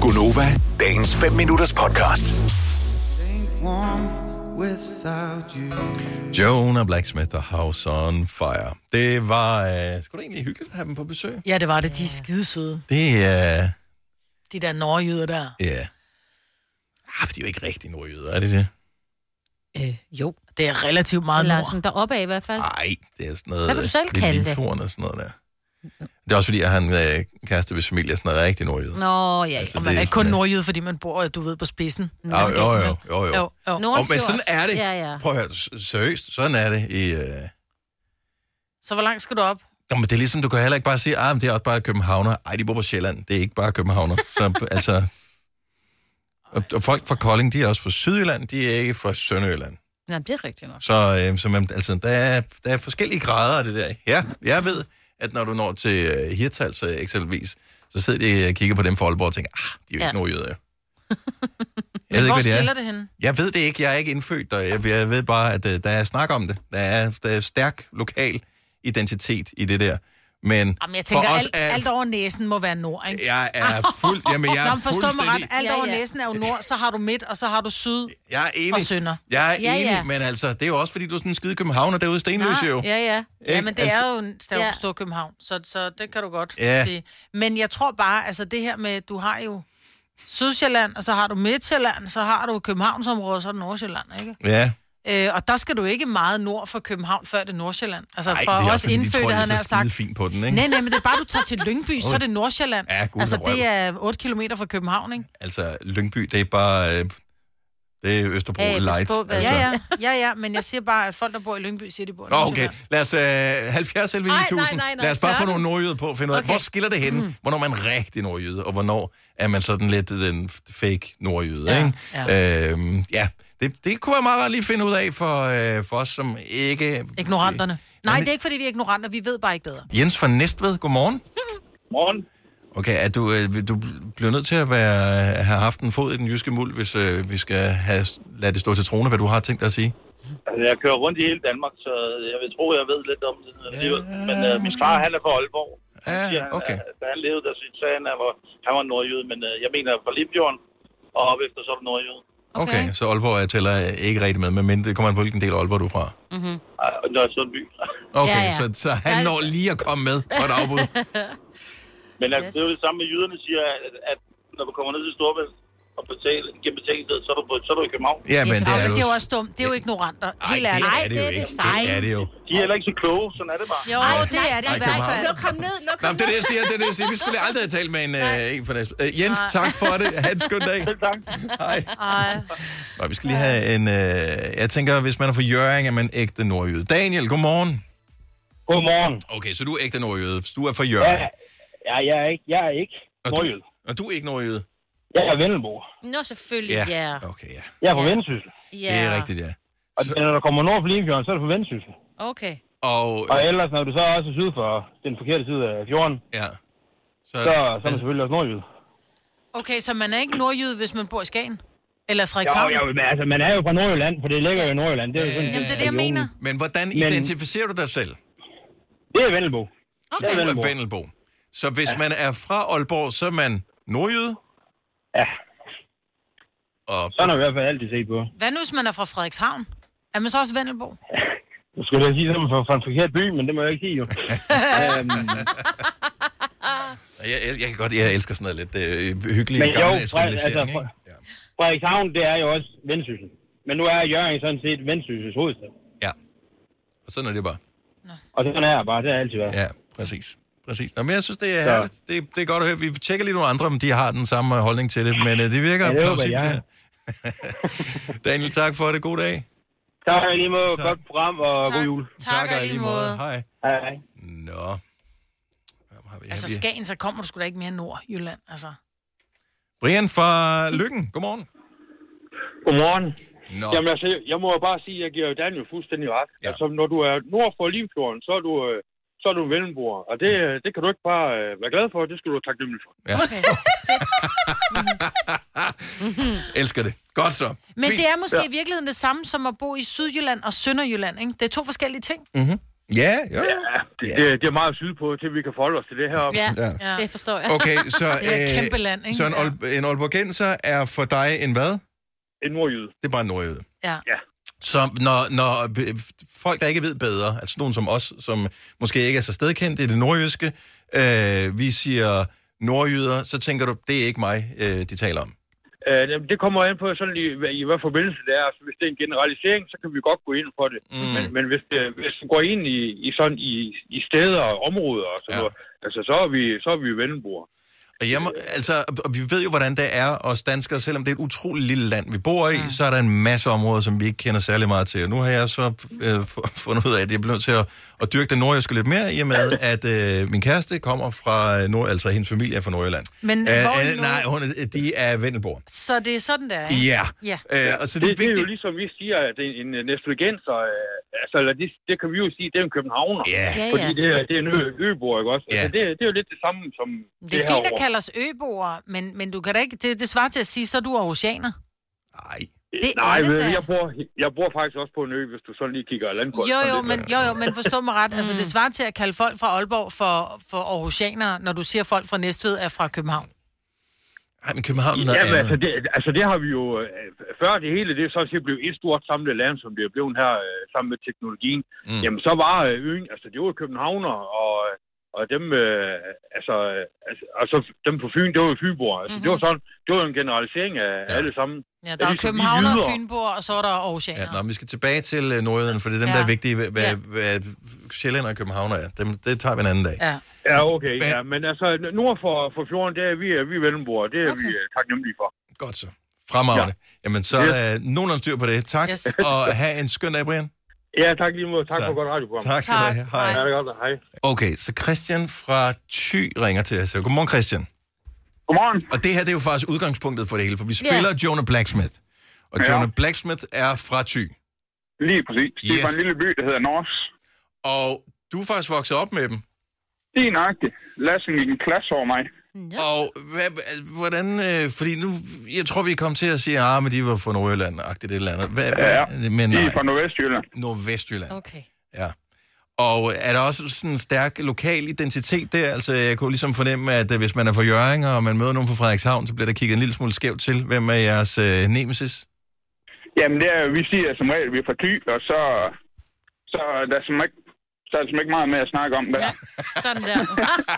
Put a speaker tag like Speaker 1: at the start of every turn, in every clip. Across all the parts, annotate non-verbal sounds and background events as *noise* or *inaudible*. Speaker 1: Gunova, dagens 5 minutters podcast.
Speaker 2: Jonah Blacksmith og House on Fire. Det var øh, sgu da egentlig hyggeligt at have dem på besøg.
Speaker 3: Ja, det var det. De er skidesøde.
Speaker 2: Det er... Øh,
Speaker 3: De der nordjyder der.
Speaker 2: ja. Ah, for de er jo ikke rigtig nordjyder, er det det?
Speaker 4: Øh, jo.
Speaker 3: Det er relativt meget
Speaker 4: Eller
Speaker 3: nord.
Speaker 4: sådan deroppe af i hvert fald.
Speaker 2: Nej, det er sådan noget...
Speaker 4: Hvad vil du selv
Speaker 2: det er
Speaker 4: kalde det?
Speaker 2: Limfjorden og sådan noget der. Det er også fordi, jeg har en øh, kæreste hvis familie er sådan noget rigtig nordjyder.
Speaker 4: Nå, ja.
Speaker 2: Altså,
Speaker 4: Altså,
Speaker 3: Og man
Speaker 2: det
Speaker 3: er
Speaker 2: er
Speaker 3: ikke kun
Speaker 2: sådan, at-
Speaker 3: nordjyde, fordi man bor, du ved, på spidsen.
Speaker 2: Ah, jo, jo, jo, jo.
Speaker 3: Jo, jo.
Speaker 2: Og, men sådan er det.
Speaker 4: Ja, ja.
Speaker 2: Prøv at høre, s- seriøst, sådan er det i... Øh...
Speaker 3: Så hvor langt skal du op?
Speaker 2: Nå, men det er ligesom, du kan heller ikke bare sige, ah, men det er også bare københavner. Ej, de bor på Sjælland. Det er ikke bare københavner. Så, altså, og, og folk fra Kolding, de er også fra Sydjylland, de er ikke fra Sønderjylland.
Speaker 4: Nej, det er rigtigt nok.
Speaker 2: Så, øh, så man, altså, der, er, der er forskellige grader af det der. Ja, jeg ved, at når du når til øh, Hirtals øh, eksempelvis, så sidder de og kigger på dem fra Aalborg og tænker, ah, de er jo ikke ja.
Speaker 4: Ja.
Speaker 2: nordjyder.
Speaker 3: *laughs*
Speaker 2: jo." Jeg
Speaker 3: Men
Speaker 2: ved ikke,
Speaker 3: hvor
Speaker 2: hvad det er.
Speaker 3: skiller det henne?
Speaker 2: Jeg ved det ikke. Jeg er ikke indfødt, og jeg, jeg ved bare, at øh, der er snak om det. Der er, der er stærk lokal identitet i det der. Men
Speaker 3: Jamen, jeg tænker,
Speaker 2: for os
Speaker 3: alt,
Speaker 2: er,
Speaker 3: alt over næsen må være nord, ikke?
Speaker 2: Jeg er fuld... Jamen, jeg
Speaker 3: Nå,
Speaker 2: er
Speaker 3: men forstå mig ret.
Speaker 2: fuldstændig...
Speaker 3: Alt
Speaker 4: Ja,
Speaker 3: over
Speaker 4: ja.
Speaker 3: næsen er jo nord, så har du midt, og så har du syd.
Speaker 2: Jeg er enig.
Speaker 3: Og sønder.
Speaker 2: Jeg er
Speaker 4: Ja,
Speaker 2: enig,
Speaker 4: ja.
Speaker 2: men altså, det er jo også, fordi du er sådan en skide københavner derude i Stenløs, jo.
Speaker 4: Ja, ja.
Speaker 2: Ikke? Altså-
Speaker 3: Ja, men det er jo en
Speaker 4: Ja.
Speaker 3: stav, stor København, så, så det kan du godt
Speaker 2: Ja.
Speaker 3: sige. Men jeg tror bare, altså det her med, du har jo Sydsjælland, og så har du Midtjylland, så har du Københavnsområdet, og så er det Nordsjælland, ikke?
Speaker 2: Ja.
Speaker 3: Øh, og der skal du ikke meget nord for København, før det er Nordsjælland. Altså
Speaker 2: Ej,
Speaker 3: for
Speaker 2: det er
Speaker 3: os
Speaker 2: også, fordi de tror,
Speaker 3: indfødte, havde
Speaker 2: de
Speaker 3: han
Speaker 2: er så skide
Speaker 3: sagt.
Speaker 2: fint på den, ikke?
Speaker 3: Nej, nej, men det er bare, du tager til Lyngby, så er det Nordsjælland.
Speaker 2: Ja, gud,
Speaker 3: altså,
Speaker 2: hvor
Speaker 3: det er 8 km fra København, ikke?
Speaker 2: Altså, Lyngby, det er bare... Øh, det er Østerbro
Speaker 4: Ja,
Speaker 2: hey,
Speaker 4: pas
Speaker 2: Light.
Speaker 4: på, hvad-
Speaker 2: altså.
Speaker 3: Ja, ja, ja, ja, men jeg siger bare, at folk, der bor i Lyngby, siger, de bor i
Speaker 2: Nå, okay.
Speaker 3: Nordsjælland.
Speaker 2: Lad os... Øh, 70 11
Speaker 4: Nej,
Speaker 2: 9000.
Speaker 4: nej, nej, nej.
Speaker 2: Lad os bare få
Speaker 4: Gør
Speaker 2: nogle
Speaker 4: det.
Speaker 2: nordjyder på og finde ud af,
Speaker 4: Okay.
Speaker 2: hvor skiller det henne? Mm. Hvornår er man rigtig nordjyde, og hvornår er man sådan lidt den fake nordjyde,
Speaker 3: Ja,
Speaker 2: ikke? Ja. Øhm, ja. Det, det kunne være meget rart lige at finde ud af for, øh, for os, som ikke...
Speaker 3: Ignoranterne. Nej,
Speaker 2: Jamen,
Speaker 3: det er ikke, fordi vi er ignoranter, vi ved bare ikke bedre.
Speaker 2: Jens fra Næstved, *laughs* godmorgen.
Speaker 5: Morgen.
Speaker 2: Okay, er du, øh, du bliver nødt til at være, have haft en fod i den jyske muld, hvis øh, vi skal have, lade det stå til trone, hvad du har tænkt dig at sige.
Speaker 5: Altså, jeg kører rundt i hele Danmark, så jeg vil tro, jeg ved lidt om det alligevel. Men øh, min far, han er fra Aalborg. Han
Speaker 2: Ja,
Speaker 5: siger, han,
Speaker 2: okay.
Speaker 5: øh, Da han levede, der synes sagde han, at han var, han var nordjyde, men øh, jeg mener fra Limfjorden, og op efter så er du nordjyde.
Speaker 2: Okay,
Speaker 4: Okay.
Speaker 2: okay så Aalborg jeg tæller øh, ikke rigtig med, men det kommer an på, hvilken del af Aalborg du er fra.
Speaker 5: Ej, og Nørresundby.
Speaker 2: Okay, ja,
Speaker 4: Ja,
Speaker 2: ja.
Speaker 4: ja.
Speaker 2: Så, så han
Speaker 4: Nej.
Speaker 2: når lige at komme med på et afbud.
Speaker 5: *laughs* men yes.
Speaker 4: Yes.
Speaker 5: det er jo det samme med jyderne, siger, at, at når du kommer ned til Storvæld og betaler, giver betalingssted, så er du, på, så er du i København.
Speaker 2: Ja, men
Speaker 4: Yes,
Speaker 2: det
Speaker 3: Nå,
Speaker 2: er,
Speaker 3: men det er jo
Speaker 2: s-
Speaker 3: også dumt. Det er jo ignoranter.
Speaker 2: Ej,
Speaker 3: Helt
Speaker 2: det
Speaker 3: ærligt.
Speaker 2: er
Speaker 4: Ej,
Speaker 2: det
Speaker 4: det
Speaker 2: jo
Speaker 4: er
Speaker 2: ikke.
Speaker 4: det
Speaker 2: Det er
Speaker 4: sej.
Speaker 2: det jo.
Speaker 5: De er heller ikke så kloge, sådan er det bare.
Speaker 3: Jo, det er det
Speaker 4: nej,
Speaker 3: i
Speaker 4: nej,
Speaker 3: hvert fald.
Speaker 4: Luk ham ned, luk
Speaker 2: Nå,
Speaker 4: ham
Speaker 2: men det er det,
Speaker 4: ned.
Speaker 2: jeg siger. Det er det, jeg siger. Vi skulle aldrig have talt med en, øh, en fra Næs. Øh, Jens, tak for det. Ha' en skøn dag.
Speaker 5: Selv tak.
Speaker 2: Hej.
Speaker 3: Ej.
Speaker 2: Nå, vi skal lige have en... Øh, jeg tænker, hvis man er fra Jøring, er man ægte nordjyde. Daniel, godmorgen.
Speaker 5: Godmorgen.
Speaker 2: Okay, så du er ægte nordjyde. Du er fra Jøring.
Speaker 5: ja, jeg er ikke, jeg er ikke
Speaker 2: Og du, og du er ikke nordjyde?
Speaker 5: Jeg er Vendelbo.
Speaker 4: Nå, selvfølgelig, ja. Ja.
Speaker 2: Okay, ja.
Speaker 5: Jeg er
Speaker 4: fra Ja.
Speaker 5: Vendsyssel.
Speaker 2: Det er rigtigt, ja.
Speaker 5: Og når der kommer nord for Limfjorden, så er det for Vendsyssel.
Speaker 4: Okay.
Speaker 2: Og...
Speaker 5: Og
Speaker 2: Øh,
Speaker 5: ellers, når du så også er syd for den forkerte side af fjorden,
Speaker 2: ja.
Speaker 5: så, så er man selvfølgelig også nordjyd.
Speaker 3: Okay, så man er ikke nordjyde, hvis man bor i Skagen? Eller
Speaker 5: Jo,
Speaker 3: Frederikshavn?
Speaker 5: jo, men altså, man er jo fra Nordjylland, for det ligger jo i Nordjylland. Det er jo sådan,
Speaker 3: Jamen, det er det, jeg
Speaker 5: regionen.
Speaker 3: mener.
Speaker 2: Men hvordan
Speaker 5: Men-
Speaker 2: identificerer du dig selv?
Speaker 5: Det er Vendelbo.
Speaker 2: Så
Speaker 5: er
Speaker 2: du er
Speaker 5: Vendelbo.
Speaker 2: Vendelbo. Så hvis man er fra Aalborg, så er man nordjyde,
Speaker 5: Ja,
Speaker 2: og
Speaker 5: sådan har vi i hvert fald altid set på.
Speaker 3: Hvad nu, hvis man er fra Frederikshavn? Er man så også Vendelbo?
Speaker 5: Nu skulle jeg sige, at man er fra en forkert by, men det må jeg ikke sige
Speaker 2: *laughs*
Speaker 5: jo. øhm,
Speaker 2: Jeg, jeg, jeg kan godt, jeg elsker sådan noget lidt øh, hyggeligt
Speaker 5: Men jo,
Speaker 2: gammeldags
Speaker 5: Frederik,
Speaker 2: rivalisering,
Speaker 5: altså,
Speaker 2: ikke?
Speaker 5: Frederikshavn, det er jo også Vendsyssel. Men nu er Jørgen sådan set Vendsyssels hovedstad.
Speaker 2: Ja. ja. Og sådan er det bare.
Speaker 5: Og sådan er jeg bare, det har altid været.
Speaker 2: Ja, præcis. Præcis. Nå, men jeg synes, det er
Speaker 5: Så.
Speaker 2: herligt. Det, det er godt at høre. Vi tjekker lige nogle andre, om de har den samme holdning til det, men øh, det virker
Speaker 5: Ja, det håber
Speaker 2: plausibelt.
Speaker 5: jeg.
Speaker 2: her. *laughs* Daniel, tak for det. God dag.
Speaker 5: Tak og i lige måde.
Speaker 2: Tak.
Speaker 5: Godt program, og god jul.
Speaker 3: Tak, tak
Speaker 2: og i
Speaker 3: lige måde.
Speaker 2: Hej.
Speaker 5: Hej.
Speaker 2: Nå. Hvem har vi her?
Speaker 3: Altså
Speaker 2: Vi-
Speaker 3: Skagen, så kommer du sgu da ikke mere nord, Jylland. Altså.
Speaker 2: Brian fra Lykken. Godmorgen.
Speaker 6: Godmorgen.
Speaker 2: Nå.
Speaker 6: Jamen altså, jeg må jo bare sige, at jeg giver jo Daniel fuldstændig ret.
Speaker 2: Ja.
Speaker 6: Ja. Altså, når du er nord for Limfjorden, så er du, øh, så er du en vellenbor. Og det, øh,
Speaker 2: Mm.
Speaker 6: det kan du ikke bare øh, være glad for, det skal du være taknemmelig for.
Speaker 3: *laughs*
Speaker 2: Elsker det. Godt så.
Speaker 3: Men
Speaker 2: Fint.
Speaker 3: det er måske i virkeligheden det samme som at bo i Sydjylland og Sønderjylland. Ikke? Det er to forskellige ting.
Speaker 2: Ja, jo.
Speaker 6: Ja, det,
Speaker 2: Ja.
Speaker 6: det, det er meget syd på, til vi kan forholde os til det her.
Speaker 4: Ja,
Speaker 2: Ja.
Speaker 4: ja, det forstår jeg.
Speaker 2: Okay, så,
Speaker 3: Det er et kæmpe land, ikke?
Speaker 2: så en, Aalb- en Aalborgenser er for dig en hvad?
Speaker 6: En nordjyde.
Speaker 2: Det er bare en nordjyde.
Speaker 3: Ja.
Speaker 6: Ja.
Speaker 2: Så når, når øh, folk, der ikke ved bedre, altså nogen som os, som måske ikke er så stedkendt i det nordjyske, øh, vi siger nordjyder, så tænker du, det er ikke mig, øh, de taler om.
Speaker 6: Øh, det- det kommer an på, sådan lige, hvad, i hvad forbindelse det er. Altså, hvis det er en generalisering, så kan vi godt gå ind for det.
Speaker 2: Mm.
Speaker 6: Men, men hvis, det, hvis du går ind i, i, sådan, i, i steder og områder, og sådan
Speaker 2: Ja.
Speaker 6: ja. noget, altså, så er vi, så er vi vennebord.
Speaker 2: Og jeg må, altså, og vi ved jo, hvordan det er os danskere, selvom det er et utroligt lille land, vi bor i, mm. så er der en masse områder, som vi ikke kender særlig meget til. Og nu har jeg så øh, fu- *laughs* fundet ud af, at jeg bliver nødt til at, at dyrke det nordjyske lidt mere, i og
Speaker 3: *laughs*
Speaker 2: med, at øh, min kæreste kommer fra øh, Nord, altså hendes familie er fra Nordjylland.
Speaker 3: Men hvor i
Speaker 2: øh, øh,
Speaker 3: Nord-
Speaker 2: Nej, hun, er- de er Vendelborg.
Speaker 3: Så det er sådan, der er. ikke?
Speaker 2: Ja.
Speaker 3: Ja.
Speaker 2: Øh, og så
Speaker 6: Det,
Speaker 2: det, er
Speaker 6: det er
Speaker 2: vigtigt.
Speaker 6: jo ligesom vi siger, at en, en næstflugenser, øh, altså, eller det, det kan vi jo sige, det er en københavner.
Speaker 2: Ja.
Speaker 4: Ja,
Speaker 6: Fordi
Speaker 4: ja.
Speaker 6: det, er, det er en ø, øbor, ikke også? Altså,
Speaker 2: Ja.
Speaker 6: det, det er jo lidt det samme som det,
Speaker 3: Det er
Speaker 6: her
Speaker 3: fint at
Speaker 6: over.
Speaker 3: kalde os øboere, men, men du kan da ikke... Det, det svarer til at sige, så er du oceaner.
Speaker 2: Nej.
Speaker 3: det
Speaker 6: Nej,
Speaker 3: er det
Speaker 6: ved
Speaker 3: da.
Speaker 6: du, jeg, bor, jeg bor faktisk også på en ø, hvis du sådan lige kigger landkort.
Speaker 3: Jo, jo, men, jo, jo, men forstå mig ret. Altså, det svarer til at kalde folk fra Aalborg for, for Aarhusianere, når du siger, at folk fra Næstved er fra København.
Speaker 2: Ej, men København er noget
Speaker 6: Jamen,
Speaker 2: andet.
Speaker 6: altså det, altså det har vi jo... øh, Før det hele, det er sådan set blevet et stort samlet land, som det er blevet her øh, sammen med teknologien.
Speaker 2: Mm.
Speaker 6: Mm. Jamen, så var øh, øen... Altså, det var københavner, og, og dem... Øh, altså, øh, altså, altså, dem på Fyn, det var jo Fynborg. Altså, mm-hmm. Det var sådan... Det var jo en generalisering af ja. alle sammen.
Speaker 3: Ja,
Speaker 6: Ja,
Speaker 3: der er
Speaker 6: ligesom vi
Speaker 3: København og
Speaker 6: jyder.
Speaker 3: Fynborg, og så er der Aarhusianer.
Speaker 2: Ja, nå, men vi skal tilbage til øh, nordjyderne, for det er dem, ja. der er
Speaker 3: Ja.
Speaker 2: vigtige, hvad, hvad,
Speaker 4: Ja.
Speaker 2: hvad Sjælland og København er. Dem, det tager vi en anden dag.
Speaker 3: Ja.
Speaker 6: Ja, okay.
Speaker 2: Men-
Speaker 6: Men, ja, men altså, n- nord for, for fjorden, det er vi, vi er Vellenborg. Det er okay. vi øh, taknemmelige for.
Speaker 2: Godt så. Fremragende. Ja. Jamen, så er øh, nogenlunde styr på det. Tak, yes.
Speaker 3: Yes.
Speaker 2: og have en skøn dag, Brian.
Speaker 6: Ja, tak lige måde. Tak
Speaker 2: Så.
Speaker 6: så. for godt radioprogram.
Speaker 2: Tak skal du
Speaker 3: Tak.
Speaker 2: have. Hej.
Speaker 6: Ja, det er godt. Hej.
Speaker 2: Okay, så Christian fra Thy ringer til os. Godmorgen, Christian.
Speaker 5: Godmorgen.
Speaker 2: Og det her, det er jo faktisk udgangspunktet for det hele, for vi
Speaker 4: Ja.
Speaker 2: spiller yeah. Jonah Blacksmith. Og
Speaker 5: Ja.
Speaker 2: Jonah Blacksmith er fra Thy.
Speaker 5: Lige præcis. Det er
Speaker 2: Yes.
Speaker 5: fra en lille by, der hedder Nors.
Speaker 2: Og du er faktisk vokset op med dem.
Speaker 5: Det er nøjagtigt. Lassen gik en klasse over mig.
Speaker 4: Nå,
Speaker 2: Og hvad, altså, hvordan... Øh, fordi nu... Jeg tror, vi kom til at sige, ah, men de var fra Nordjylland-agtigt et eller andet. Hvad,
Speaker 5: Ja,
Speaker 2: hvad, men
Speaker 5: De
Speaker 2: nej,
Speaker 5: er fra Nordvestjylland.
Speaker 2: Nordvestjylland.
Speaker 4: okay.
Speaker 2: Ja. Og er der også sådan en stærk lokal identitet der? Altså, jeg kunne ligesom fornemme, at øh, hvis man er fra Jørgen, og man møder nogen fra Frederikshavn, så bliver der kigget en lille smule skævt til. Hvem er jeres øh, nemesis?
Speaker 5: Jamen, det er, vi siger som regel, at vi er fra Thy, og så, så er der som ikke, så er der som ikke meget med at snakke om der. Ja.
Speaker 4: Sådan der.
Speaker 2: *laughs*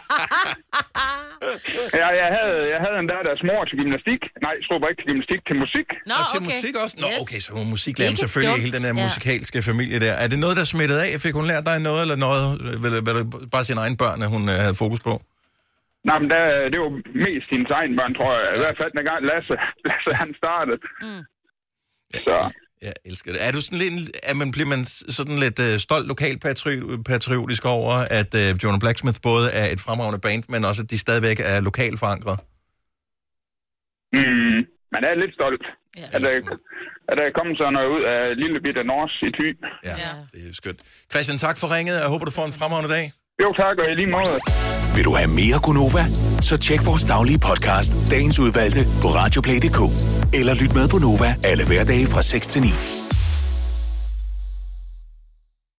Speaker 5: Jeg, jeg, havde, jeg havde en der, deres mor til gymnastik. Nej, stod bare ikke til gymnastik, til musik.
Speaker 4: Nå,
Speaker 2: og til
Speaker 4: Ah, okay.
Speaker 2: musik også? Nå,
Speaker 4: Yes.
Speaker 2: okay, så hun musiklærer men
Speaker 4: Ikke
Speaker 2: selvfølgelig
Speaker 4: dumt,
Speaker 2: hele den der
Speaker 4: ja.
Speaker 2: musikalske familie der. Er det noget, der smittede af? Fik hun lært dig noget, eller noget? øh, Eller, eller bare sine egne børn, at hun øh, havde fokus på?
Speaker 5: Nej, men der, det var mest hendes egen børn, tror jeg. I hvert fald, dengang Lasse, Lasse han startede.
Speaker 4: Mm.
Speaker 5: Så,
Speaker 2: Jeg elsker det. Er du sådan lidt, er man, bliver man sådan lidt øh, stolt lokalpatriotisk over, at øh, Jonah Blacksmith både er et fremragende band, men også, at de stadigvæk er lokalt forankret?
Speaker 5: mm, man er lidt stolt,
Speaker 4: Ja.
Speaker 6: Altså,
Speaker 5: at der, at der er kommet sådan noget ud af lille bitte Nors i Thy.
Speaker 2: Ja, ja,
Speaker 4: Ja.
Speaker 2: det er skønt. Christian, tak for ringet. Jeg håber, du får en fremragende dag.
Speaker 5: Jo, tak, og i lige måde.
Speaker 1: Vil du have mere Gunova? Så tjek vores daglige podcast, dagens udvalgte, på radioplay.dk. Eller lyt med på Nova alle hverdage fra 6 til 9.